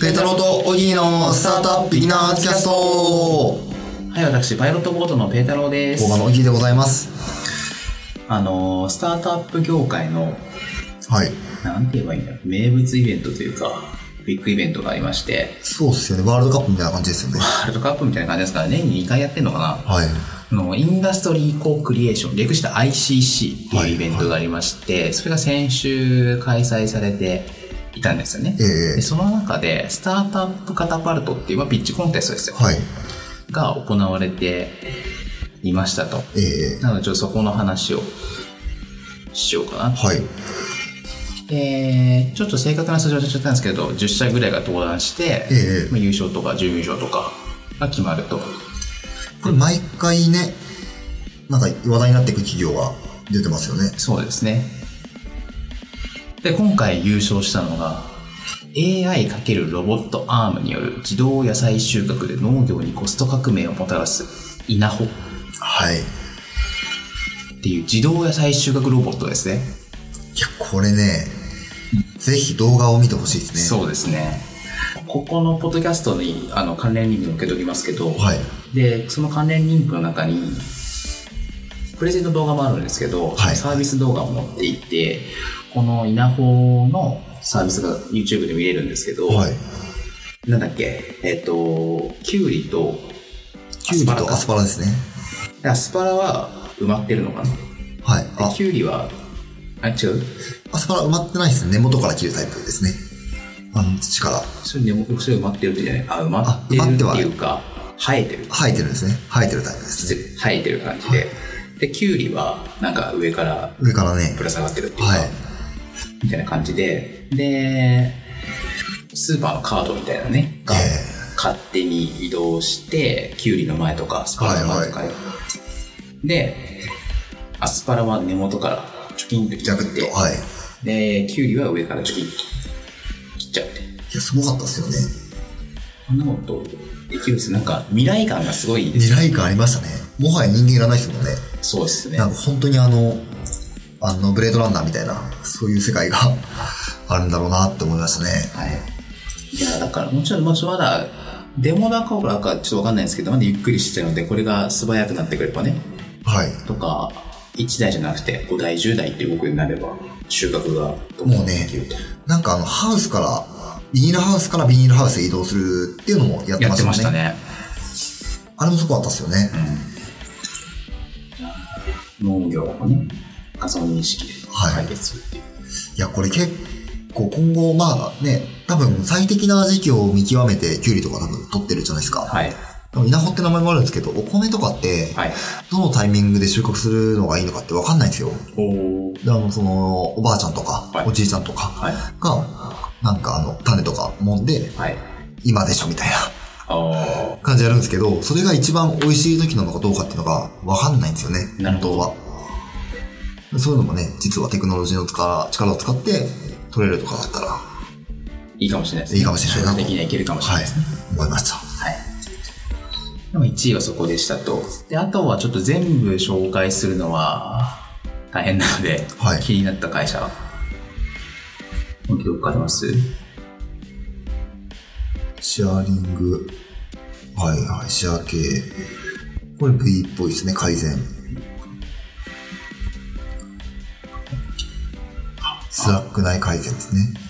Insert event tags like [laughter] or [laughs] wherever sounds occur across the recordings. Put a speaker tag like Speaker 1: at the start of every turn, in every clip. Speaker 1: ペタロとオギーのスタートアップビギナーズキャスト工
Speaker 2: はい、私、パイロットボートのペータローです。
Speaker 1: 場のオギーでございます。
Speaker 2: あのー、スタートアップ業界の、
Speaker 1: はい。
Speaker 2: なんて言えばいいんだろう、名物イベントというか、ビッグイベントがありまして、
Speaker 1: そうっすよね。ワールドカップみたいな感じですよね。
Speaker 2: ワールドカップみたいな感じですから、年に2回やってんのかな
Speaker 1: はい。
Speaker 2: あの、インダストリーコークリエーション、略して ICC っていうイベントがありまして、それが先週開催されていたんですよね。
Speaker 1: え
Speaker 2: でその中で、スタートアップカタパルトっていう、まあ、ピッチコンテストですよ。
Speaker 1: はい。
Speaker 2: が行われていましたと。
Speaker 1: ええ
Speaker 2: なので、ちょっとそこの話をしようかな。
Speaker 1: はい。
Speaker 2: で、ちょっと正確な数字を忘れちゃったんですけど、10社ぐらいが登壇して、
Speaker 1: ええ
Speaker 2: まあ、優勝とか準優勝とかが決まると。
Speaker 1: これ毎回ね、なんか話題になっていく企業が出てますよね。
Speaker 2: そうですね。で、今回優勝したのが、AI× ロボットアームによる自動野菜収穫で農業にコスト革命をもたらす稲穂っ
Speaker 1: はい。い
Speaker 2: ていう自動野菜収穫ロボットですね。
Speaker 1: や、これね、ぜひ動画を見てほしいですね。
Speaker 2: そうですね。ここのポッドキャストにあの関連リンク載っけておきますけど、
Speaker 1: はい。
Speaker 2: で、その関連リンクの中に、プレゼント動画もあるんですけど、
Speaker 1: はい
Speaker 2: サービス動画も載っていて、この稲穂のサービスが YouTube で見れるんですけど、
Speaker 1: はい。
Speaker 2: なんだっけ、えっ、と、キュウリと
Speaker 1: キュウリと
Speaker 2: か
Speaker 1: アスパラですね。
Speaker 2: アスパラは埋まってるのかなで
Speaker 1: はい。あ、
Speaker 2: キュウリは、あ、違う
Speaker 1: アスパラ埋まってないですね。根元から切るタイプですね。あの、土から。
Speaker 2: それでも、それ埋まってるってじゃないあ、埋まってる
Speaker 1: あ埋まっては
Speaker 2: っていうか、生えてる。
Speaker 1: 生えてるんですね。生えてるタイプですね。
Speaker 2: 生えてる感じで、でキュウリはなんか上から
Speaker 1: 上からね
Speaker 2: ぶ。ら下がってるっていうか、
Speaker 1: はい。
Speaker 2: みたいな感じででスーパーのカードみたいなねが
Speaker 1: え
Speaker 2: 勝手に移動してキュウリの前とかアスパラの前とかに、でアスパラは根元からチョキンと切
Speaker 1: え
Speaker 2: っ
Speaker 1: ジャ
Speaker 2: て
Speaker 1: クッと。はい。い
Speaker 2: でキュウリは上からチョキンと切っちゃうって
Speaker 1: や、すごかったですよね。
Speaker 2: こんなことできるんですなんか未来感がすごいです
Speaker 1: 未来感ありましたね。もはや人間いらないですもんね。
Speaker 2: そうですね
Speaker 1: なんか本当にあの、あの、ブレードランナーみたいな、そういう世界
Speaker 2: [laughs]
Speaker 1: があるんだろうなって思いましたね。
Speaker 2: はい。いや、だから、もちろん、もちろんまだ、デモだからかちょっとわかんないんですけど、まだゆっくりしてたので、これが素早くなってくればね、
Speaker 1: はい。
Speaker 2: とか、1台じゃなくて5台、10台っていう動きになれば、収穫がどんど
Speaker 1: もうんね
Speaker 2: できると。
Speaker 1: なんかあの、ハウスから、ビニールハウスからビニールハウスへ移動するっていうのもやって
Speaker 2: や
Speaker 1: ま
Speaker 2: ってま
Speaker 1: し
Speaker 2: し
Speaker 1: た
Speaker 2: た
Speaker 1: ね。
Speaker 2: ね。
Speaker 1: あれもすごかったですよね。
Speaker 2: 農業をね、画像認識で
Speaker 1: はい
Speaker 2: 解決するっていう。
Speaker 1: いや、これ結構今後、まあね、多分最適な時期を見極めて、キュウリとか多分取ってるじゃないですか。
Speaker 2: はい。
Speaker 1: でも稲穂って名前もあるんですけど、お米とかって、
Speaker 2: はい。
Speaker 1: どのタイミングで収穫するのがいいのかって分かんないんですよ。
Speaker 2: おお。
Speaker 1: であの、その、おばあちゃんとか、
Speaker 2: はい
Speaker 1: おじいちゃんとか
Speaker 2: はい。
Speaker 1: が、なんかあの、種とかもんで、
Speaker 2: はい。
Speaker 1: 今でしょみたいな [laughs]
Speaker 2: あ
Speaker 1: 感じやるんですけど、それが一番美味しい時なのかどうかっていうのが分かんないんですよね、
Speaker 2: なる
Speaker 1: 本
Speaker 2: ほど
Speaker 1: 当は。そういうのもね、実はテクノロジーの力力を使って取れるとかだったら、
Speaker 2: ーいいかもしれないですね。
Speaker 1: いいかもしれないなと
Speaker 2: 将来的にはいけるかもしれな
Speaker 1: はいい
Speaker 2: ですね。、
Speaker 1: 思いました。
Speaker 2: はい。でも1位はそこでしたと。で、あとはちょっと全部紹介するのは大変なので、
Speaker 1: はい
Speaker 2: 気になった会社は。本当どっかあります
Speaker 1: シェアリング、はいはい、シェア系。これ V っぽいですね、改善。スラック内改善ですね。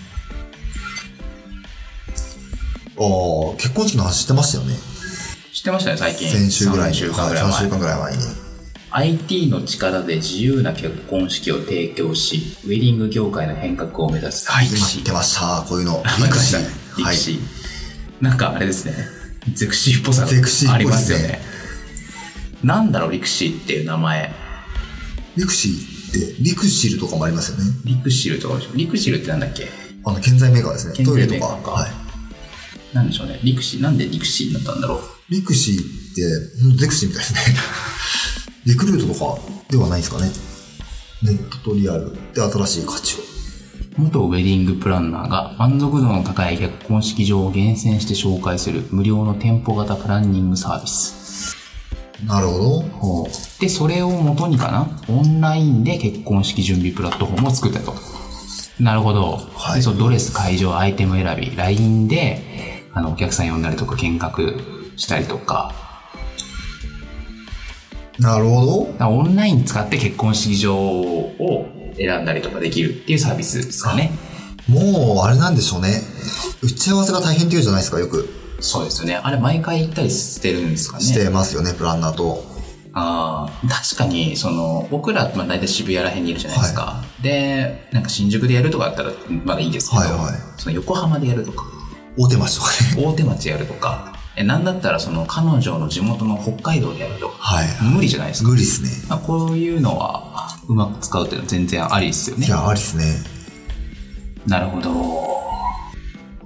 Speaker 1: ああ、結婚式の話してましたよね。
Speaker 2: 知ってましたね、最近。
Speaker 1: 先週ぐらい
Speaker 2: 3
Speaker 1: に。
Speaker 2: 週間ぐらい
Speaker 1: はい3週
Speaker 2: 前。
Speaker 1: 間ぐらい前に。
Speaker 2: IT の力で自由な結婚式を提供し、ウェディング業界の変革を目指す。はい、
Speaker 1: 今言ってました、こういうの。
Speaker 2: ありましたね。ディ
Speaker 1: は
Speaker 2: ク
Speaker 1: い。
Speaker 2: シー。なんかあれですね。ゼクシーっぽさ
Speaker 1: ゼクシー
Speaker 2: が
Speaker 1: っ
Speaker 2: あ
Speaker 1: ぽい
Speaker 2: り
Speaker 1: で
Speaker 2: ますす
Speaker 1: ね
Speaker 2: よね。なんだろう、リクシーっていう名前。
Speaker 1: リクシーって、リクシルとかもありますよね。
Speaker 2: リクシルとかでしょリクシルってなんだっけ
Speaker 1: あの、建材メーカーですね。
Speaker 2: 建
Speaker 1: トイレ
Speaker 2: 材
Speaker 1: と
Speaker 2: メーカ
Speaker 1: か。
Speaker 2: ーか
Speaker 1: はい。
Speaker 2: なんでしょうね。リクシー、なんでリクシーになったんだろう。
Speaker 1: リクシーって、うんゼクシーみたいですね。 [laughs] リクルートとかではないですかね。ネットとリアルで新しい価値を。
Speaker 2: 元ウェディングプランナーが満足度の高い結婚式場を厳選して紹介する無料の店舗型プランニングサービス。
Speaker 1: なるほど。
Speaker 2: ほうで、それを元にかな、オンラインで結婚式準備プラットフォームを作ったと。なるほど。
Speaker 1: はい
Speaker 2: でそうドレス、会場、アイテム選び、LINE で、あの、お客さん呼んだりとか、見学したりとか、
Speaker 1: なるほど
Speaker 2: だ。からオンライン使って結婚式場を選んだりとかできるっていうサービスですかね。
Speaker 1: もう、あれなんでしょうね。打ち合わせが大変っていうじゃないですか、よく。
Speaker 2: そうですよね。あれ、毎回行ったりしてるんですかね。
Speaker 1: してますよね、プランナーと。
Speaker 2: ああ、確かに、その、僕ら、まあ、大体渋谷ら辺にいるじゃないですか。で、なんか新宿でやるとかだったら、まだいいですけど、
Speaker 1: はいはい
Speaker 2: その横浜でやるとか、
Speaker 1: 大手町とかね。
Speaker 2: 大手町やるとか、え、なんだったらその、彼女の地元の北海道でやるとか、
Speaker 1: はい。
Speaker 2: 無理じゃないですか。
Speaker 1: 無理っすね。
Speaker 2: まあ、こういうのは、うまく使うっていうのは全然ありですよね
Speaker 1: い。や、ありっすね。
Speaker 2: なるほど。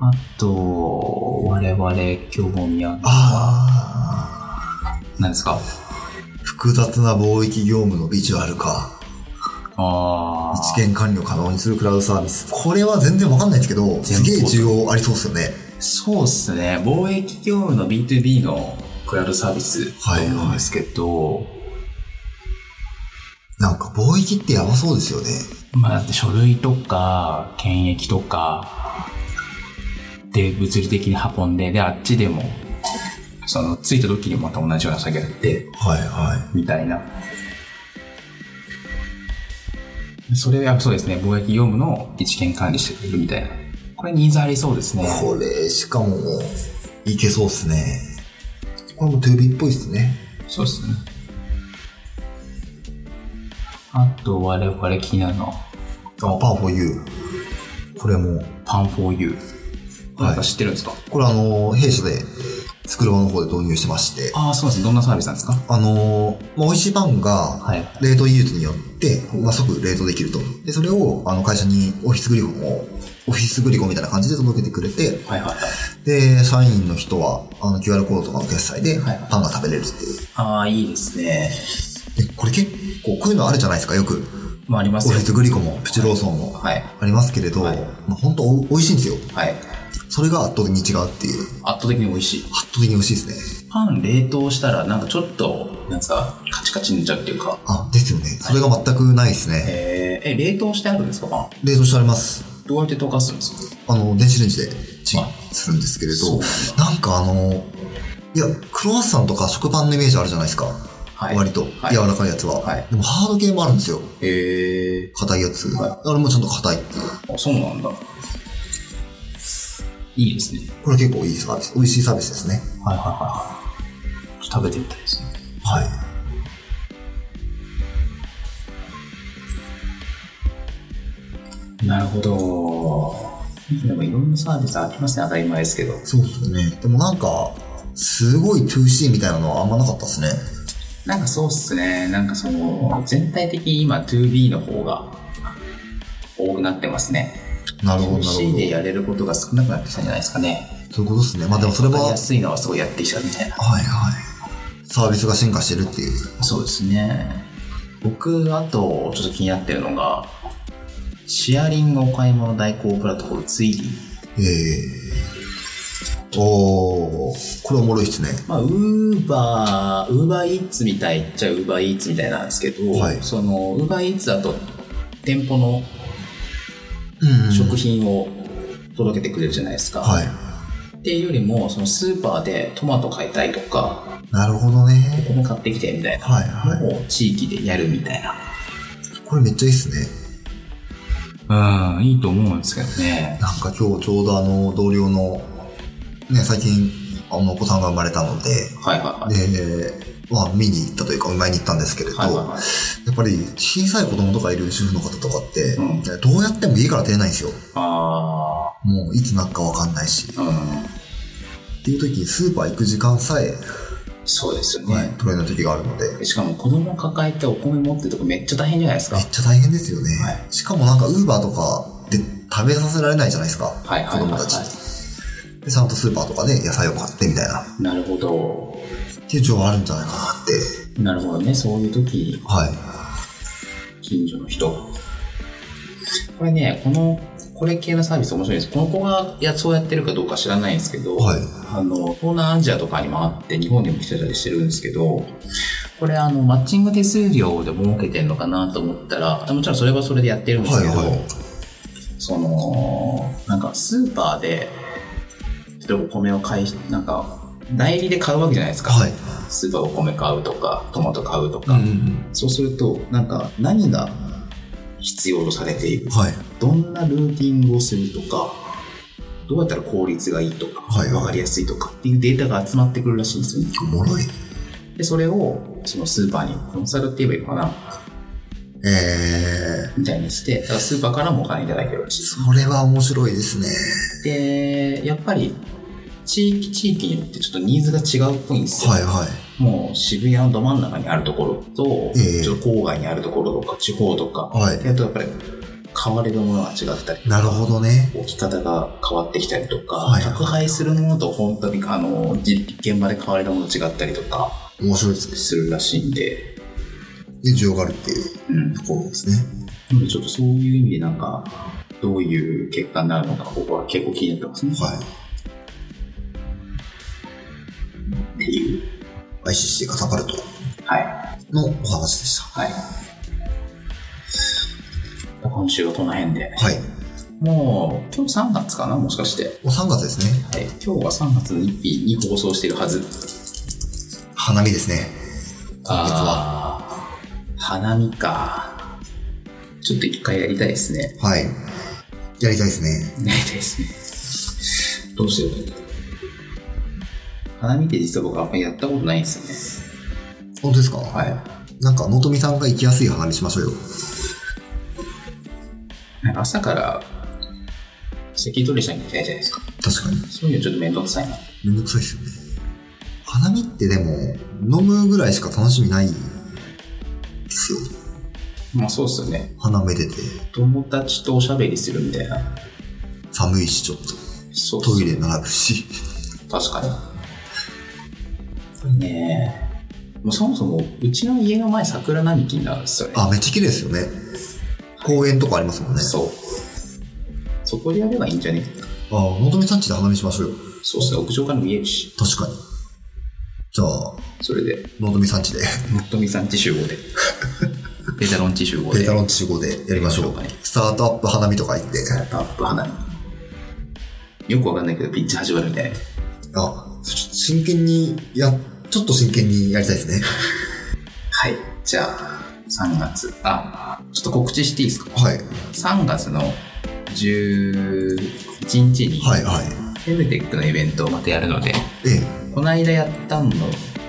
Speaker 2: あと、我々、興味ある。
Speaker 1: あ
Speaker 2: 何ですか
Speaker 1: ー、複雑な貿易業務のビジュアルか。
Speaker 2: あ
Speaker 1: 一
Speaker 2: あ、
Speaker 1: 元管理を可能にするクラウドサービス。これは全然わかんないですけど、すげえ重要ありそうっすよね。
Speaker 2: そうっすね。貿易業務の B2B のクラウドサービス
Speaker 1: は
Speaker 2: だ
Speaker 1: い
Speaker 2: と思うんですけど、
Speaker 1: なんか貿易ってやばそうですよね。
Speaker 2: まあだって書類とか、検疫とか、で、物理的に運んで、で、あっちでも、その、着いた時にまた同じような作業やって、
Speaker 1: はいは
Speaker 2: みたいな。それは、そうですね、貿易業務の一元管理してくれるみたいな。これニーズありそうですね。
Speaker 1: い。これ、しかも、いけそうっすね。これも 2B っぽいっすね。
Speaker 2: そうですね。あと、我々気になるのは、
Speaker 1: あ、パーフォーユー。これも、
Speaker 2: パンフォーユー。
Speaker 1: はい
Speaker 2: なんか知ってるんですか、
Speaker 1: これあの、弊社で作る場の方で導入してまして、
Speaker 2: ああ、そうですね。どんなサービスなんですか
Speaker 1: あの、まあ、美味しいパンが
Speaker 2: はい。
Speaker 1: 冷凍技術によって、まあ、即冷凍できると。で、それをあの会社にオフィスグリコを、オフィスグリコみたいな感じで届けてくれて、
Speaker 2: はいはいはい。
Speaker 1: で、社員の人はあの QR コードとかの決済で
Speaker 2: はいはい
Speaker 1: パンが食べれるっていう。
Speaker 2: ああ、いいですね。
Speaker 1: で、これ結構こういうのあるじゃないですか、よく。
Speaker 2: まあ、ありま
Speaker 1: オ
Speaker 2: す
Speaker 1: フ
Speaker 2: よ
Speaker 1: ィ。スグリコもプチローソンも
Speaker 2: はい。
Speaker 1: ありますけれど、
Speaker 2: はい
Speaker 1: まあ、本当お美味しいんですよ。
Speaker 2: はい。
Speaker 1: それが圧倒的に違うっていう。
Speaker 2: 圧倒的に美味しい。
Speaker 1: 圧倒的に美味しいですね。
Speaker 2: パン冷凍したら、なんかちょっと、なんですか、カチカチになっちゃうっていうか。
Speaker 1: あ、ですよね。それが全くないですね。
Speaker 2: えー、え、冷凍してあるんですかパン
Speaker 1: 冷凍してあります。
Speaker 2: どうやって溶かすんですか
Speaker 1: あの、電子レンジでチン
Speaker 2: あ
Speaker 1: するんですけれ
Speaker 2: そう
Speaker 1: ど、なんかあの、いや、クロワッサンとか食パンのイメージあるじゃないですか。
Speaker 2: はい
Speaker 1: 割と、
Speaker 2: はい
Speaker 1: 柔らかいやつは、
Speaker 2: はい
Speaker 1: でもハード系もあるんですよ。
Speaker 2: え
Speaker 1: 硬いやつ。
Speaker 2: は
Speaker 1: あれもちゃんと硬いっていう。
Speaker 2: ー、あ、そうなんだ。いいですね。
Speaker 1: これ結構いいサービス。美味しいサービスですね。
Speaker 2: はいはいはいはい。食べてみたいですね。
Speaker 1: はい。
Speaker 2: なるほど。でもいろんなサービスありますね、当たり前ですけど。
Speaker 1: そうですよね。でもなんか、すごい 2C みたいなのはあんまなかったですね。
Speaker 2: なんかそうっすね。なんかその、全体的に今 2B の方が多くなってますね。
Speaker 1: なるほど、なるほど。
Speaker 2: 2C でやれることが少なくなってきたんじゃないですかね。
Speaker 1: そういうことですね。まあでもそれは、
Speaker 2: わかり
Speaker 1: は
Speaker 2: やすいのはすごいやってきたみたいな。
Speaker 1: いはい。サービスが進化してるっていう。
Speaker 2: そうですね。僕、あと、ちょっと気になってるのが、シェアリングお買い物代行プラットフォーム、ツイリー。
Speaker 1: えー、おおこれおもろいっすね。
Speaker 2: まあ、ウーバー、ウーバーイーツみたいっちゃウーバーイーツみたいなんですけど、
Speaker 1: はい
Speaker 2: その、ウーバーイーツだと、店舗の
Speaker 1: うん
Speaker 2: 食品を届けてくれるじゃないですか。
Speaker 1: はい。
Speaker 2: っていうよりも、そのスーパーでトマト買いたいとか、
Speaker 1: なるほどね。
Speaker 2: 米買ってきてみたいな
Speaker 1: はいはい。
Speaker 2: のを地域でやるみたい
Speaker 1: これめっちゃいいっすね。
Speaker 2: な。うん、いいと思うんですけどね。
Speaker 1: なんか今日ちょうどあの、同僚の、ね、最近、あの、お子さんが生まれたので、
Speaker 2: はいはいはい。
Speaker 1: で、まあ見に行ったというか、お見舞いに行ったんですけれど、
Speaker 2: はいはいはい。
Speaker 1: やっぱり小さい子供とかいる主婦の方とかって、
Speaker 2: うん
Speaker 1: どうやっても家から出れないんですよ。
Speaker 2: あ
Speaker 1: もういつなるかわかんないし。
Speaker 2: ー、うん。
Speaker 1: っていう時にスーパー行く時間さえ、
Speaker 2: そうですよね。
Speaker 1: はい、取れない時があるので、
Speaker 2: しかも子供抱えてお米持ってるとかめっちゃ大変じゃないですか
Speaker 1: め。っちゃ大変ですよね、
Speaker 2: は
Speaker 1: しかもなんかウーバーとかで食べさせられないじゃないですか、
Speaker 2: はいはい
Speaker 1: 子
Speaker 2: はい
Speaker 1: 供
Speaker 2: は
Speaker 1: たち
Speaker 2: い。
Speaker 1: でちゃんとスーパーとかで野菜を買ってみたいなっ
Speaker 2: なるほど。
Speaker 1: ていう情報あるんじゃないかなって
Speaker 2: なるほどね。そういう時、
Speaker 1: はい
Speaker 2: 近所の人。これね、この、これ系のサービス面白いです。この子が、いや、そうやってるかどうか知らないんですけど、
Speaker 1: はい
Speaker 2: あの、東南アジアとかにもあって、日本でも来てたりしてるんですけど、これあの、マッチング手数料で儲けてんのかなと思ったら、もちろんそれはそれでやってるんですけど、
Speaker 1: はいはい
Speaker 2: そのなんかスーパーで例えばお米を買いなんか代理で買うわけじゃないですか、
Speaker 1: はい。
Speaker 2: スーパーでお米買うとかトマト買うと
Speaker 1: う
Speaker 2: か、
Speaker 1: んうん
Speaker 2: そうするとなんか何が必要とされている
Speaker 1: うん。はい。
Speaker 2: どんなルーティングをするとかどうやったら効率がいいとか、
Speaker 1: はいはい
Speaker 2: 分かりやすいとかっていうデータが集まってくるらしいんですよね
Speaker 1: おもろい。
Speaker 2: でそれをそのスーパーにコンサルって言えばいいのかな
Speaker 1: えー、
Speaker 2: みたいにしてだからスーパーからもお金いただけるらしいです
Speaker 1: それは面白いですね。
Speaker 2: でやっぱり地域地域によってちょっとニーズが違うっぽいんですよ、
Speaker 1: はいはい。
Speaker 2: もう渋谷のど真ん中にあるところと、
Speaker 1: ええ
Speaker 2: ちょっと郊外にあるところとか地方とか、
Speaker 1: はい
Speaker 2: であとやっぱり買われるものが違ったり
Speaker 1: なるほどね。
Speaker 2: 置き方が変わってきたりとか、
Speaker 1: はい
Speaker 2: 宅配するものと本当にあのじ現場で買われるもの違ったりとか
Speaker 1: 面白いですね。
Speaker 2: するらしいんで、
Speaker 1: で、需要があるっていう
Speaker 2: うん、な
Speaker 1: ところですね。
Speaker 2: のでちょっとそういう意味でなんかどういう結果になるのか僕は結構気になってますね、
Speaker 1: はい。
Speaker 2: っていう
Speaker 1: ICC カタパルト
Speaker 2: はい
Speaker 1: のお話でした。
Speaker 2: はい今週はこの辺で
Speaker 1: はい。
Speaker 2: もう今日3月かなもしかして
Speaker 1: もう3月ですね。
Speaker 2: はい、今日は3月1日に放送してるはず。
Speaker 1: 花見ですね。今月は。
Speaker 2: あー花見か。ちょっと一回やりたいですね。
Speaker 1: はい。やりたいですね。
Speaker 2: やりたいですね。どうしてる花見って実は僕あんまりやったことないんですよね。
Speaker 1: 本当ですか
Speaker 2: はい。
Speaker 1: なんか、のとみさんが行きやすい花見しましょうよ。
Speaker 2: 朝から、関取社に行きたいじゃないですか。
Speaker 1: 確かに。
Speaker 2: そういうのちょっとめんどくさいな。
Speaker 1: めんどくさいですよね。花見ってでも、飲むぐらいしか楽しみないですよ。
Speaker 2: まあそうっすよね。
Speaker 1: 花めでて、
Speaker 2: 友達とおしゃべりするみたいな。
Speaker 1: 寒いし、ちょっ
Speaker 2: そ
Speaker 1: と。
Speaker 2: うっ
Speaker 1: ト
Speaker 2: す
Speaker 1: イ
Speaker 2: ね
Speaker 1: レ並ぶし。
Speaker 2: 確かに。これねもうそもそもうちの家の前桜並木になるんですよね。
Speaker 1: あ、めっちゃ綺麗ですよね。公園とかありますもんね。
Speaker 2: そう。そこでやればいいんじゃね
Speaker 1: あ、のとみさんちで花見しましょうよ。
Speaker 2: そうっすね、屋上から見えるし。
Speaker 1: 確かに。じゃあ、
Speaker 2: それで、
Speaker 1: のぞみさんちで、
Speaker 2: もっとみさんち集
Speaker 1: [laughs]
Speaker 2: 合で。ペタロンち集合で。
Speaker 1: ペータロンチ集合でやりましょう
Speaker 2: やりましょうかね。
Speaker 1: スタートアップ花見とか行って、
Speaker 2: スタートアップ花見。よくわかんないけど、ピッチ始まるみたい
Speaker 1: あ、
Speaker 2: な。
Speaker 1: ちょっと真剣に、や、ちょっと真剣にやりたいですね。
Speaker 2: はい。じゃあ、3月。あ、ちょっと告知していいですか
Speaker 1: はい。
Speaker 2: ?3 月の11日に、
Speaker 1: はい、はい。
Speaker 2: フェムテックのイベントをまたやるので、
Speaker 1: え
Speaker 2: この間やったの、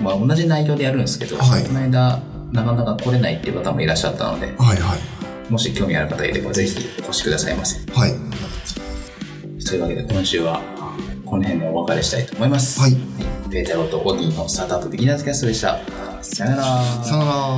Speaker 2: まあ、同じ内容でやるんですけど、
Speaker 1: はい
Speaker 2: この間なかなか来れないっていう方もいらっしゃったので
Speaker 1: え。はい、はい。
Speaker 2: もし興味ある方いればぜひお越しくださいませ
Speaker 1: はい。
Speaker 2: というわけで今週はこの辺でお別れしたいと思います
Speaker 1: はい
Speaker 2: ペータローとオギーのスタートアップビギナーズキャストでしたさよなら
Speaker 1: さよなら。